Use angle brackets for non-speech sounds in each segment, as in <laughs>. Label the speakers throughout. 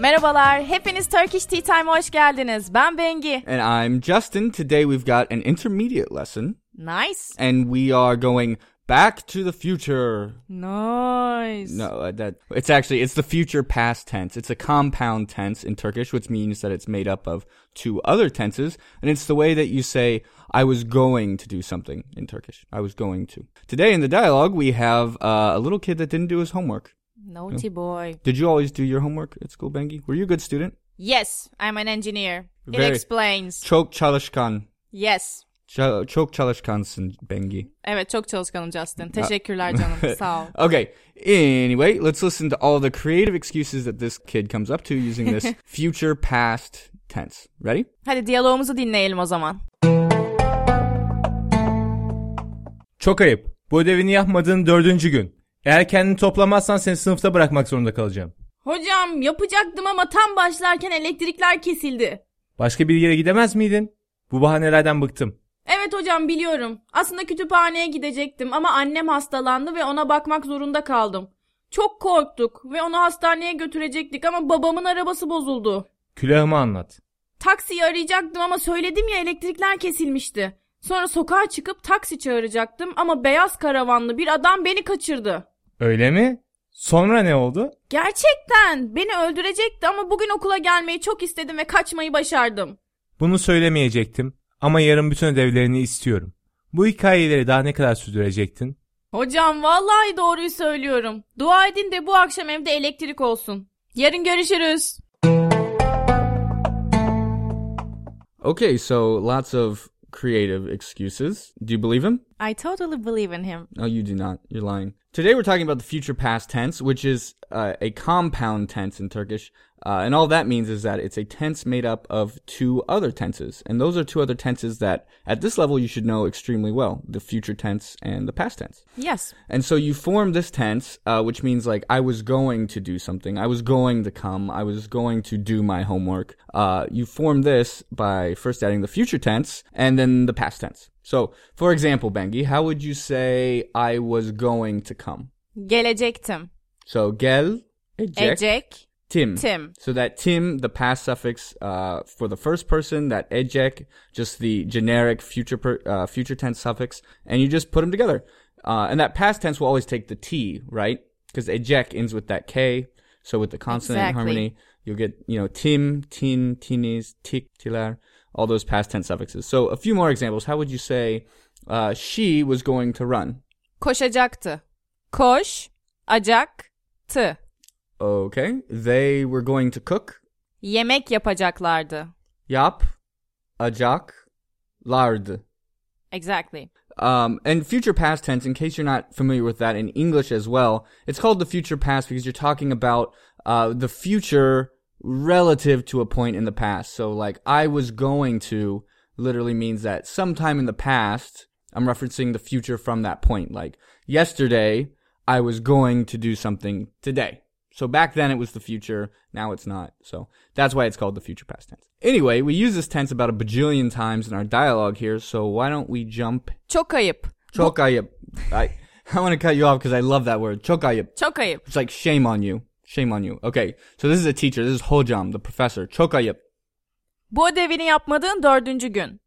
Speaker 1: Merhabalar, hepiniz Turkish Tea Time'a hoş geldiniz. Ben Bengi.
Speaker 2: And I'm Justin. Today we've got an intermediate lesson,
Speaker 1: Nice.
Speaker 2: and we are going back to the future.
Speaker 1: Nice.
Speaker 2: No, uh, that it's actually it's the future past tense. It's a compound tense in Turkish, which means that it's made up of two other tenses, and it's the way that you say "I was going to do something" in Turkish. I was going to. Today in the dialogue, we have uh, a little kid that didn't do his homework.
Speaker 1: Naughty boy.
Speaker 2: Did you always do your homework at school, Bengi? Were you a good student?
Speaker 1: Yes, I'm an engineer. It
Speaker 2: Very-
Speaker 1: explains.
Speaker 2: Çok çalışkan.
Speaker 1: Yes.
Speaker 2: Ç- çok çalışkansın, Bengi.
Speaker 1: Evet, çok çalışkanım Justin. Teşekkürler canım, sağ ol.
Speaker 2: Okay. Anyway, let's listen to all the creative excuses that this kid comes up to using this future past tense. Ready?
Speaker 1: Hadi diyalogumuzu dinleyelim o zaman.
Speaker 3: Çok ayıp. Bu ödevini yapmadığın dördüncü gün. Eğer kendini toplamazsan seni sınıfta bırakmak zorunda kalacağım.
Speaker 1: Hocam yapacaktım ama tam başlarken elektrikler kesildi.
Speaker 3: Başka bir yere gidemez miydin? Bu bahanelerden bıktım.
Speaker 1: Evet hocam biliyorum. Aslında kütüphaneye gidecektim ama annem hastalandı ve ona bakmak zorunda kaldım. Çok korktuk ve onu hastaneye götürecektik ama babamın arabası bozuldu.
Speaker 3: Külahımı anlat.
Speaker 1: Taksiyi arayacaktım ama söyledim ya elektrikler kesilmişti. Sonra sokağa çıkıp taksi çağıracaktım ama beyaz karavanlı bir adam beni kaçırdı.
Speaker 3: Öyle mi? Sonra ne oldu?
Speaker 1: Gerçekten beni öldürecekti ama bugün okula gelmeyi çok istedim ve kaçmayı başardım.
Speaker 3: Bunu söylemeyecektim ama yarın bütün ödevlerini istiyorum. Bu hikayeleri daha ne kadar sürdürecektin?
Speaker 1: Hocam vallahi doğruyu söylüyorum. Dua edin de bu akşam evde elektrik olsun. Yarın görüşürüz.
Speaker 2: Okay, so lots of creative excuses. Do you believe him?
Speaker 1: I totally believe in him.
Speaker 2: No, you do not. You're lying. Today we're talking about the future past tense, which is uh, a compound tense in Turkish. Uh, and all that means is that it's a tense made up of two other tenses. And those are two other tenses that, at this level, you should know extremely well the future tense and the past tense.
Speaker 1: Yes.
Speaker 2: And so you form this tense, uh, which means like I was going to do something. I was going to come. I was going to do my homework. Uh, you form this by first adding the future tense and then the past tense. So, for example, Bengi, how would you say I was going to come?
Speaker 1: Gelecektim.
Speaker 2: So gel ejectim.
Speaker 1: Ecek. Tim.
Speaker 2: So that tim, the past suffix uh, for the first person, that eject, just the generic future per, uh, future tense suffix, and you just put them together. Uh, and that past tense will always take the t, right? Because eject ends with that k. So with the consonant
Speaker 1: Exactly.
Speaker 2: harmony, you'll get you know tim, tin, tinis, tik, tilar, all those past tense suffixes. So a few more examples. How would you say uh, she was going to run?
Speaker 1: Koşacaktı. Koş. Acak. Tı.
Speaker 2: Okay, they were going to cook.
Speaker 1: Yemek yapacaklardı.
Speaker 2: Yap, ajak, lard.
Speaker 1: Exactly.
Speaker 2: Um, and future past tense, in case you're not familiar with that in English as well, it's called the future past because you're talking about uh, the future relative to a point in the past. So, like, I was going to literally means that sometime in the past, I'm referencing the future from that point. Like, yesterday, I was going to do something today. So back then it was the future, now it's not. So that's why it's called the future past tense. Anyway, we use this tense about a bajillion times in our dialogue here, so why don't we jump
Speaker 1: Çok ayıp.
Speaker 2: Çok ayıp. I, <laughs> I want to cut you off because I love that word. Çok ayıp.
Speaker 1: Çok ayıp.
Speaker 2: It's like shame on you. Shame on you. Okay, so this is a teacher. This is Hojam, the professor. Çok ayıp.
Speaker 1: Bu ödevini yapmadığın dördüncü gün.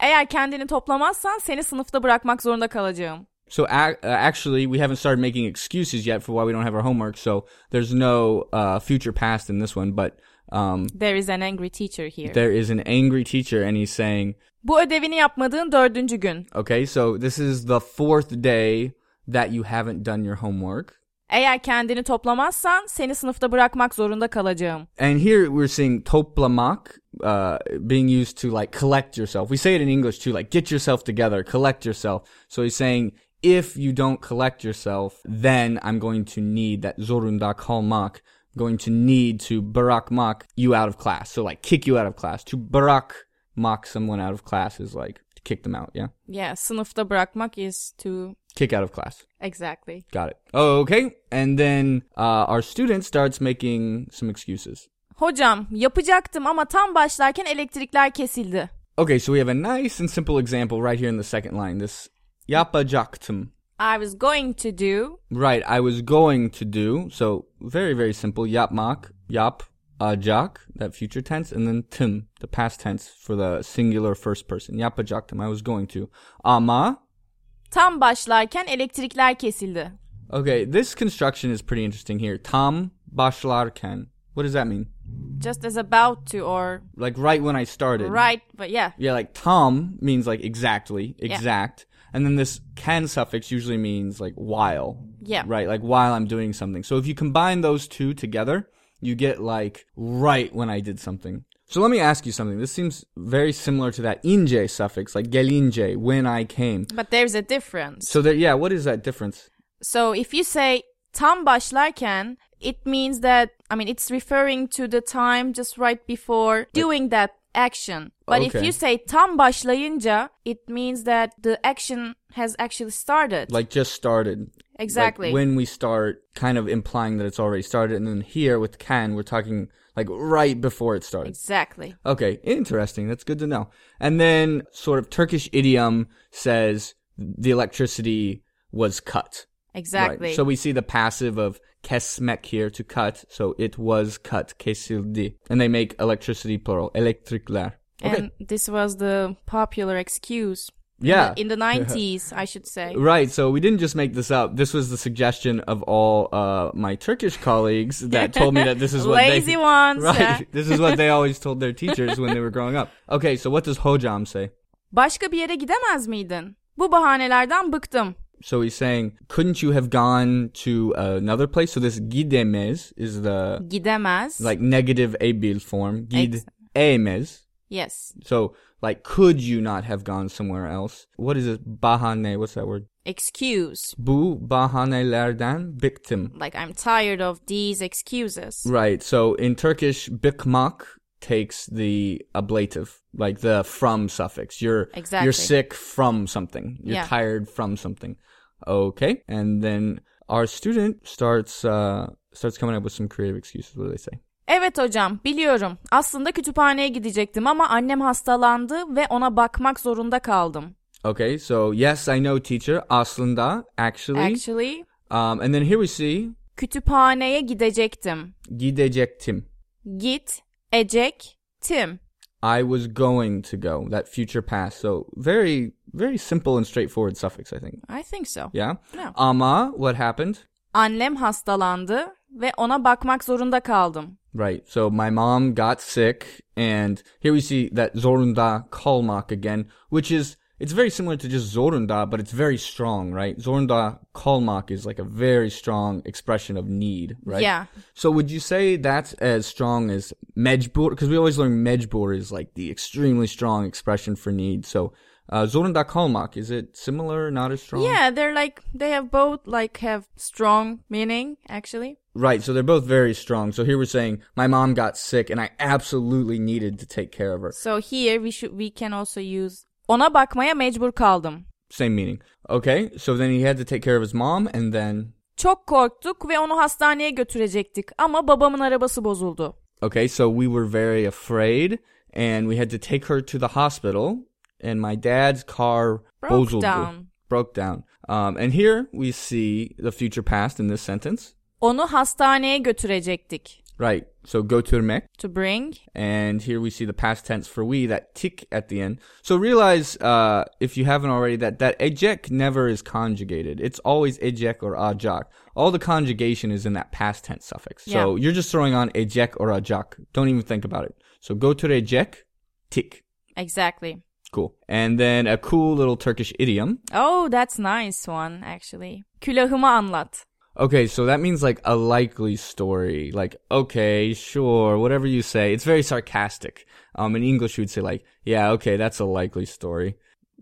Speaker 1: Eğer kendini toplamazsan seni sınıfta bırakmak zorunda kalacağım.
Speaker 2: So ac uh, actually, we haven't started making excuses yet for why we don't have our homework. So there's no uh, future past in this one, but um,
Speaker 1: There is an angry teacher here.
Speaker 2: there is an angry teacher, and he's saying,
Speaker 1: Bu ödevini yapmadığın dördüncü gün.
Speaker 2: "Okay, so this is the fourth day that you haven't done your homework."
Speaker 1: Eğer kendini toplamazsan seni sınıfta bırakmak zorunda kalacağım.
Speaker 2: And here we're seeing toplamak uh, being used to like collect yourself. We say it in English too, like get yourself together, collect yourself. So he's saying if you don't collect yourself, then I'm going to need that zorunda kalmak, going to need to barakmak you out of class. So like kick you out of class. To barakmak someone out of class is like to kick them out, yeah?
Speaker 1: Yeah, sınıfta bırakmak is to...
Speaker 2: Kick out of class.
Speaker 1: Exactly.
Speaker 2: Got it. okay. And then uh, our student starts making some excuses.
Speaker 1: Hocam, yapacaktım ama tam başlarken elektrikler kesildi.
Speaker 2: Okay, so we have a nice and simple example right here in the second line. This yapacaktım.
Speaker 1: I was going to do...
Speaker 2: Right, I was going to do. So very, very simple. Yapmak, yap, Yapacak, that future tense, and then tim, the past tense for the singular first person. Yapacaktım, I was going to. Ama,
Speaker 1: Tam başlarken elektrikler kesildi.
Speaker 2: okay, this construction is pretty interesting here. Tam başlarken. What does that mean?
Speaker 1: Just as about to or
Speaker 2: Like right when I started.
Speaker 1: right but yeah.
Speaker 2: Yeah, like tom means like exactly, exact. And then this can suffix usually means like while.
Speaker 1: Yeah.
Speaker 2: Right, like while I'm doing something. So if you combine those two together, you get like right when I did something. So let me ask you something. This seems very similar to that inje suffix, like gelinje, when I came.
Speaker 1: But there's a difference.
Speaker 2: So there, yeah, what is that difference?
Speaker 1: So if you say tam başlarken, it means that I mean it's referring to the time just right before doing that action. But if
Speaker 2: Okay.
Speaker 1: you say tam başlayınca, it means that the action has actually started.
Speaker 2: Like just started.
Speaker 1: exactly.
Speaker 2: Like when we start, kind of implying that it's already started. And then here with can, we're talking like right before it started.
Speaker 1: exactly.
Speaker 2: Okay, interesting. That's good to know. And then, sort of Turkish idiom says the electricity was cut. Right.
Speaker 1: Exactly.
Speaker 2: So we see the passive of kesmek here to cut. So it was cut, kesildi. And they make electricity plural, elektrikler. Okay.
Speaker 1: And this was the popular excuse
Speaker 2: yeah. <laughs>
Speaker 1: in the 90s, I should say.
Speaker 2: Right, so we didn't just make this up. This was the suggestion of all uh, my Turkish colleagues
Speaker 1: <laughs>
Speaker 2: that told me that this is what
Speaker 1: Lazy
Speaker 2: they,
Speaker 1: ones,
Speaker 2: <laughs> Right,
Speaker 1: yeah. <laughs>
Speaker 2: this is what they always told their teachers when they were growing up. Okay, so what does hojam say?
Speaker 1: Başka bir yere gidemez miydin? Bu bahanelerden bıktım.
Speaker 2: So he's saying, couldn't you have gone to another place? So this gidemes is the
Speaker 1: Gidemez.
Speaker 2: like negative abil form.
Speaker 1: Ex-
Speaker 2: Gidemes.
Speaker 1: yes.
Speaker 2: So like, could you not have gone somewhere else? What is it? Bahane. What's that word?
Speaker 1: Excuse.
Speaker 2: Bu bahanelerden biktim.
Speaker 1: Like I'm tired of these excuses.
Speaker 2: Right. So in Turkish, bikmak takes the ablative, like the from suffix. You're
Speaker 1: Exactly.
Speaker 2: you're sick from something. You're
Speaker 1: Yeah.
Speaker 2: tired from something. Okay. And then our student starts uh starts coming up with some creative excuses. What do they say?
Speaker 1: Evet hocam, biliyorum. Aslında kütüphaneye gidecektim ama annem hastalandı ve ona bakmak zorunda kaldım.
Speaker 2: Okay. So yes, I know, teacher. Aslında, actually.
Speaker 1: Actually,
Speaker 2: Um, and then here we see
Speaker 1: kütüphaneye gidecektim.
Speaker 2: gidecektim.
Speaker 1: Git, ecek, tim.
Speaker 2: I was going to go. That future past. So very very simple and straightforward suffix. I think.
Speaker 1: I think so.
Speaker 2: Yeah.
Speaker 1: Yeah.
Speaker 2: Ama, what happened?
Speaker 1: Annem hastalandı ve ona bakmak zorunda kaldım.
Speaker 2: Right. So my mom got sick, and here we see that Zorunda Kalmak again, which is it's very similar to just Zorunda, but it's very strong, right? Zorunda Kalmak is like a very strong expression of need, right?
Speaker 1: Yeah.
Speaker 2: So would you say that's as strong as Mejbur? Because we always learn Mejbur is like the extremely strong expression for need. So uh, Zorunda Kalmak is it similar? Not as strong?
Speaker 1: Yeah, they're like they have both like have strong meaning actually.
Speaker 2: Right, so they're both very strong. So here we're saying my mom got sick and I absolutely needed to take care of her.
Speaker 1: So here we should we can also use ona bakmaya mecbur kaldım.
Speaker 2: Same meaning. Okay, so then he had to take care of his mom, and then
Speaker 1: Çok korktuk ve onu hastaneye götürecektik ama babamın arabası bozuldu.
Speaker 2: okay, so we were very afraid, and we had to take her to the hospital, and my dad's car
Speaker 1: Broke
Speaker 2: bozuldu-
Speaker 1: down.
Speaker 2: Broke down. Um, and here we see the future past in this sentence.
Speaker 1: Onu hastaneye götürecektik.
Speaker 2: Right, so götürmek,
Speaker 1: To bring.
Speaker 2: and here we see the past tense for we that tik at the end. So realize uh, if you haven't already that that ejek never is conjugated. It's always ejek or ajak. All the conjugation is in that past tense suffix. So you're just throwing on ejek or ajak. Don't even think about it. So go to ejek, tik.
Speaker 1: Exactly.
Speaker 2: Cool. And then a cool little Turkish idiom.
Speaker 1: Oh, that's nice one actually. Külahımı anlat.
Speaker 2: Okay, so that means like a likely story. Like, okay, sure, whatever you say. It's very sarcastic. Um, in English, you would say like, yeah, okay, that's a likely story.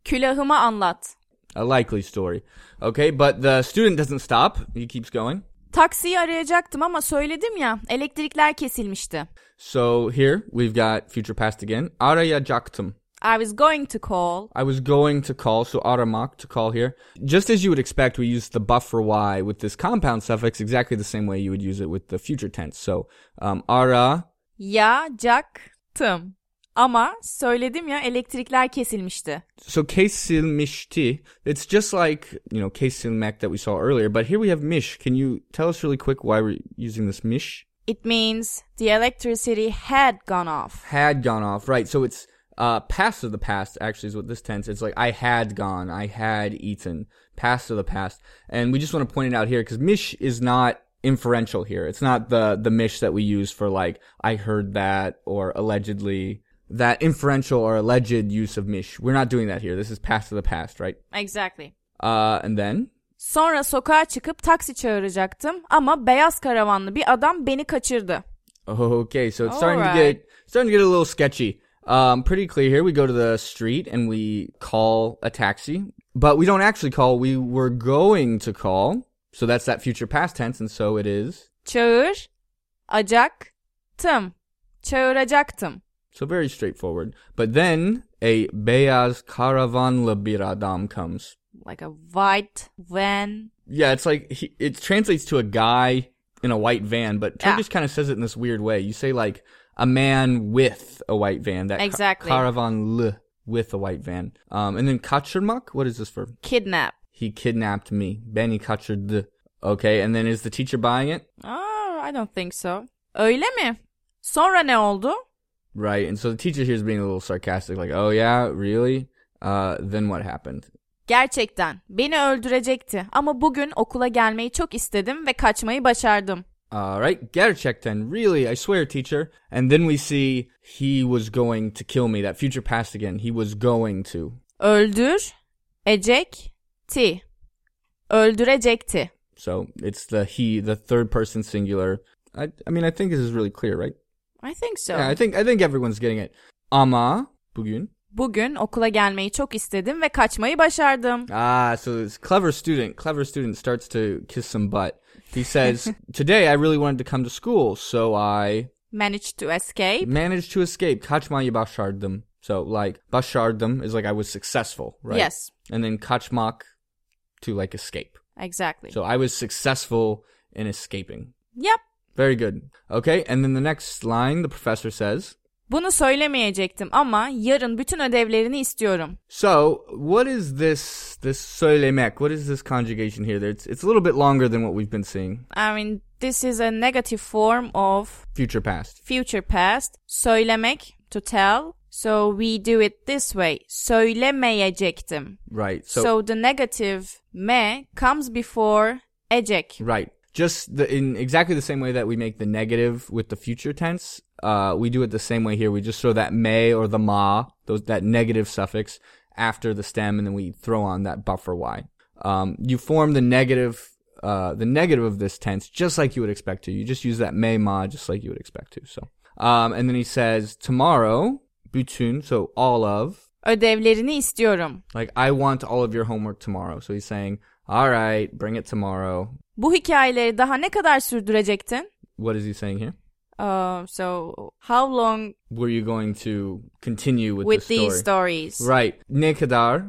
Speaker 1: Külahımı anlat.
Speaker 2: A likely story. Okay, but the student doesn't stop. He keeps going.
Speaker 1: Taksiyi arayacaktım ama söyledim ya elektrikler kesilmişti.
Speaker 2: So here we've got future past again. Arayacaktım.
Speaker 1: I was going to call.
Speaker 2: I was going to call, so aramak to call here. Just as you would expect, we use the buffer y with this compound suffix exactly the same way you would use it with the future tense. So um, ara
Speaker 1: Yacaktım. Ama söyledim ya elektrikler kesilmişti.
Speaker 2: so kesilmişti. It's just like you know kesilmek that we saw earlier, but here we have mish. Can you tell us really quick why we're using this mish?
Speaker 1: It means the electricity had gone off.
Speaker 2: had gone off, right? So it's uh, past of the past actually is what this tense. It's like I had gone, I had eaten, past of the past, and we just want to point it out here because mish is not inferential here. It's not the the mish that we use for like I heard that or allegedly that inferential or alleged use of mish. We're not doing that here. This is past of the past, right?
Speaker 1: Exactly.
Speaker 2: Uh, and then
Speaker 1: Sonra sokağa çıkıp taksi çağıracaktım ama beyaz karavanlı bir adam beni kaçırdı.
Speaker 2: Okay, so it's starting to
Speaker 1: Alright.
Speaker 2: get starting to get a little sketchy. Um, pretty clear here. We go to the street and we call a taxi, but we don't actually call. We were going to call, so that's that future past tense, and so it is.
Speaker 1: Çağır, acaktım. Çağıracaktım.
Speaker 2: So very straightforward. But then a beyaz karavanlı bir adam comes.
Speaker 1: Like a white van.
Speaker 2: Yeah, it's like he, it translates to a guy in a white van, but Turkish
Speaker 1: Yeah.
Speaker 2: kind of says it in this weird way. You say like a man with a white van. That
Speaker 1: Exactly.
Speaker 2: caravanlı with a white van. Um, and then kaçırmak. What is this for?
Speaker 1: Kidnap.
Speaker 2: He kidnapped me. Beni kaçırdı. Okay, and then is the teacher buying it?
Speaker 1: Oh, I don't think so. Öyle mi? Sonra ne oldu?
Speaker 2: Right. And so the teacher here is being a little sarcastic, like, "Oh yeah, really? Uh, then what happened?"
Speaker 1: Gerçekten beni öldürecekti ama bugün okula gelmeyi çok istedim ve kaçmayı başardım.
Speaker 2: All right, gerçekten, really, I swear, teacher. And then we see he was going to kill me. That future past again. He was going to.
Speaker 1: Öldür, ecek, ti. Öldürecekti.
Speaker 2: So it's the he, the third person singular. I, I mean, I think this is really clear, right?
Speaker 1: I think so.
Speaker 2: Yeah, I think I think everyone's getting it. Ama bugün.
Speaker 1: Bugün okula gelmeyi çok istedim ve kaçmayı başardım.
Speaker 2: Ah, so this clever student, clever student starts to kiss some butt. He says, "Today I really wanted to come to school, so I
Speaker 1: Managed to escape.
Speaker 2: managed to escape. Kaçmayı başardım." So like başardım is like I was successful, right?
Speaker 1: Yes,
Speaker 2: and then kaçmak to like escape.
Speaker 1: exactly.
Speaker 2: So I was successful in escaping.
Speaker 1: Yep.
Speaker 2: Very good. Okay, and then the next line, the professor says,
Speaker 1: Bunu söylemeyecektim ama yarın bütün ödevlerini istiyorum.
Speaker 2: "So what is this this söylemek? What is this conjugation here? It's it's a little bit longer than what we've been seeing.
Speaker 1: I mean, this is a negative form of
Speaker 2: Future past.
Speaker 1: future past. Söylemek, to tell. So we do it this way. Söylemeyecektim.
Speaker 2: Right.
Speaker 1: So,
Speaker 2: So,
Speaker 1: the negative me comes before ecek.
Speaker 2: right. Just the, in exactly the same way that we make the negative with the future tense, uh, we do it the same way here. We just throw that may or the ma, those that negative suffix after the stem, and then we throw on that buffer y. Um, you form the negative, uh, the negative of this tense just like you would expect to. You just use that may ma just like you would expect to. So, um, and then he says tomorrow, bütün, so all of,
Speaker 1: Ödevlerini istiyorum.
Speaker 2: Like, I want all of your homework tomorrow. So he's saying, all right, bring it tomorrow.
Speaker 1: Bu hikayeleri daha ne kadar sürdürecektin?
Speaker 2: What is he saying here?
Speaker 1: Uh, so how long
Speaker 2: Were you going to continue with,
Speaker 1: with
Speaker 2: the story?
Speaker 1: these stories?
Speaker 2: Right. Ne kadar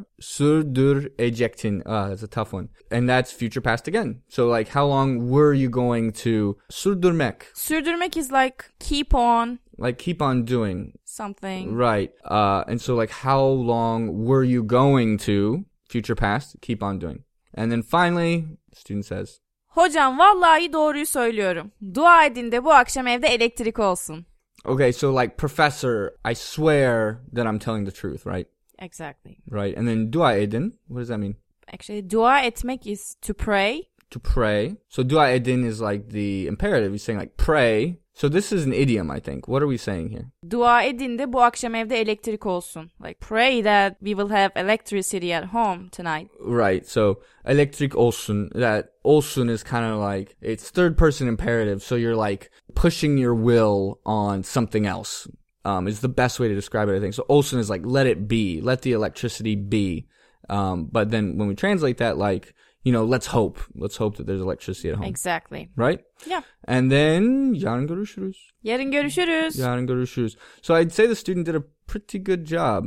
Speaker 2: sürdürecektin. Ah, that's a tough one. And that's future past again. So, like, how long were you going to sürdürmek?
Speaker 1: Sürdürmek is like keep on
Speaker 2: Like, keep on doing.
Speaker 1: something.
Speaker 2: Right. Uh, and so, like, how long were you going to future past? Keep on doing. And then finally, student says,
Speaker 1: Hocam vallahi doğruyu söylüyorum. Dua edin de bu akşam evde elektrik olsun.
Speaker 2: Okay, so like professor, I swear that I'm telling the truth, right?
Speaker 1: Exactly.
Speaker 2: Right. And then dua edin, what does that mean?
Speaker 1: Actually dua etmek is to pray.
Speaker 2: To pray. So dua edin is like the imperative. He's saying like pray. So this is an idiom, I think. What are we saying here?
Speaker 1: Dua edin de bu akşam evde elektrik olsun. Like pray that we will have electricity at home tonight.
Speaker 2: Right. So electric olsun. That olsun is kind of like it's third person imperative. So you're like pushing your will on something else. Um, is the best way to describe it, I think. So olsun is like let it be, let the electricity be. Um, but then when we translate that, like you know, let's hope, let's hope that there's electricity at home,
Speaker 1: Exactly.
Speaker 2: right?
Speaker 1: Yeah.
Speaker 2: And then yarın görüşürüz.
Speaker 1: Yarın görüşürüz. Yeah.
Speaker 2: Yarın görüşürüz. So I'd say the student did a pretty good job.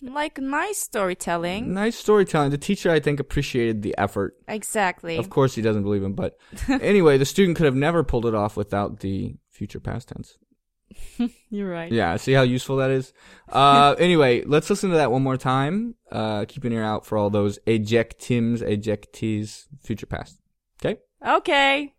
Speaker 1: Like nice storytelling.
Speaker 2: Nice storytelling. The teacher, I think, appreciated the effort.
Speaker 1: Exactly.
Speaker 2: Of course, he doesn't believe him. But anyway, the student could have never pulled it off without the future past tense.
Speaker 1: You're right.
Speaker 2: Yeah, see how useful that is. Uh, anyway, let's listen to that one more time. Uh, keep an ear out for all those ejectims, ejectees, future past. Okay.
Speaker 1: Okay.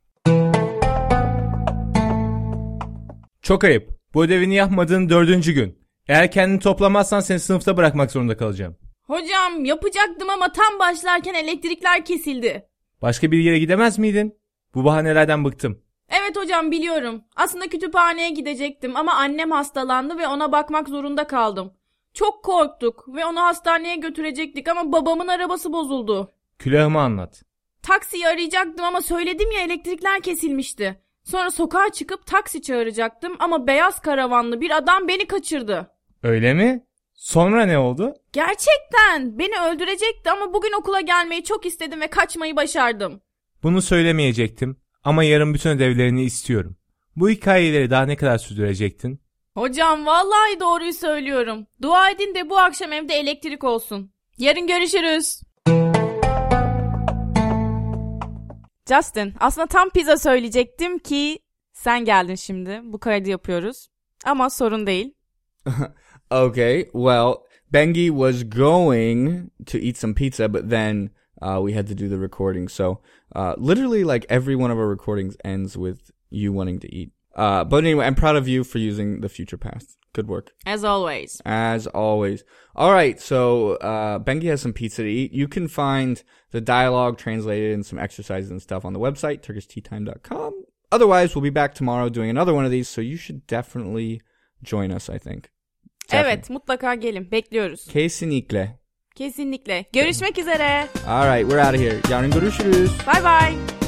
Speaker 3: Çok ayıp. Bu ödevini yapmadığın dördüncü gün. Eğer kendini toplamazsan seni sınıfta bırakmak zorunda kalacağım.
Speaker 1: Hocam yapacaktım ama tam başlarken elektrikler kesildi.
Speaker 3: Başka bir yere gidemez miydin? Bu bahanelerden bıktım.
Speaker 1: Evet hocam biliyorum. Aslında kütüphaneye gidecektim ama annem hastalandı ve ona bakmak zorunda kaldım. Çok korktuk ve onu hastaneye götürecektik ama babamın arabası bozuldu.
Speaker 3: Külahımı anlat.
Speaker 1: Taksiyi arayacaktım ama söyledim ya elektrikler kesilmişti. Sonra sokağa çıkıp taksi çağıracaktım ama beyaz karavanlı bir adam beni kaçırdı.
Speaker 3: Öyle mi? Sonra ne oldu?
Speaker 1: Gerçekten beni öldürecekti ama bugün okula gelmeyi çok istedim ve kaçmayı başardım.
Speaker 3: Bunu söylemeyecektim ama yarın bütün ödevlerini istiyorum. Bu hikayeleri daha ne kadar sürdürecektin?
Speaker 1: Hocam vallahi doğruyu söylüyorum. Dua edin de bu akşam evde elektrik olsun. Yarın görüşürüz. Justin, aslında tam pizza söyleyecektim ki sen geldin şimdi. Bu kaydı yapıyoruz. Ama sorun değil.
Speaker 2: Okay, well, Bengi was going to eat some pizza, but then uh, we had to do the recording. So, uh, literally, like every one of our recordings ends with you wanting to eat. Uh, but anyway, I'm proud of you for using the future past. Good work,
Speaker 1: As always.
Speaker 2: as always. All right, so uh, Bengi has some pizza to eat. You can find the dialogue translated and some exercises and stuff on the website turkishteatime.com. Otherwise, we'll be back tomorrow doing another one of these. So you should definitely join us. I think. Definitely.
Speaker 1: Evet, mutlaka gelin. Bekliyoruz.
Speaker 2: Kesinlikle.
Speaker 1: Kesinlikle. Görüşmek üzere.
Speaker 2: All right, we're out of here. Yarın görüşürüz.
Speaker 1: Bay bay.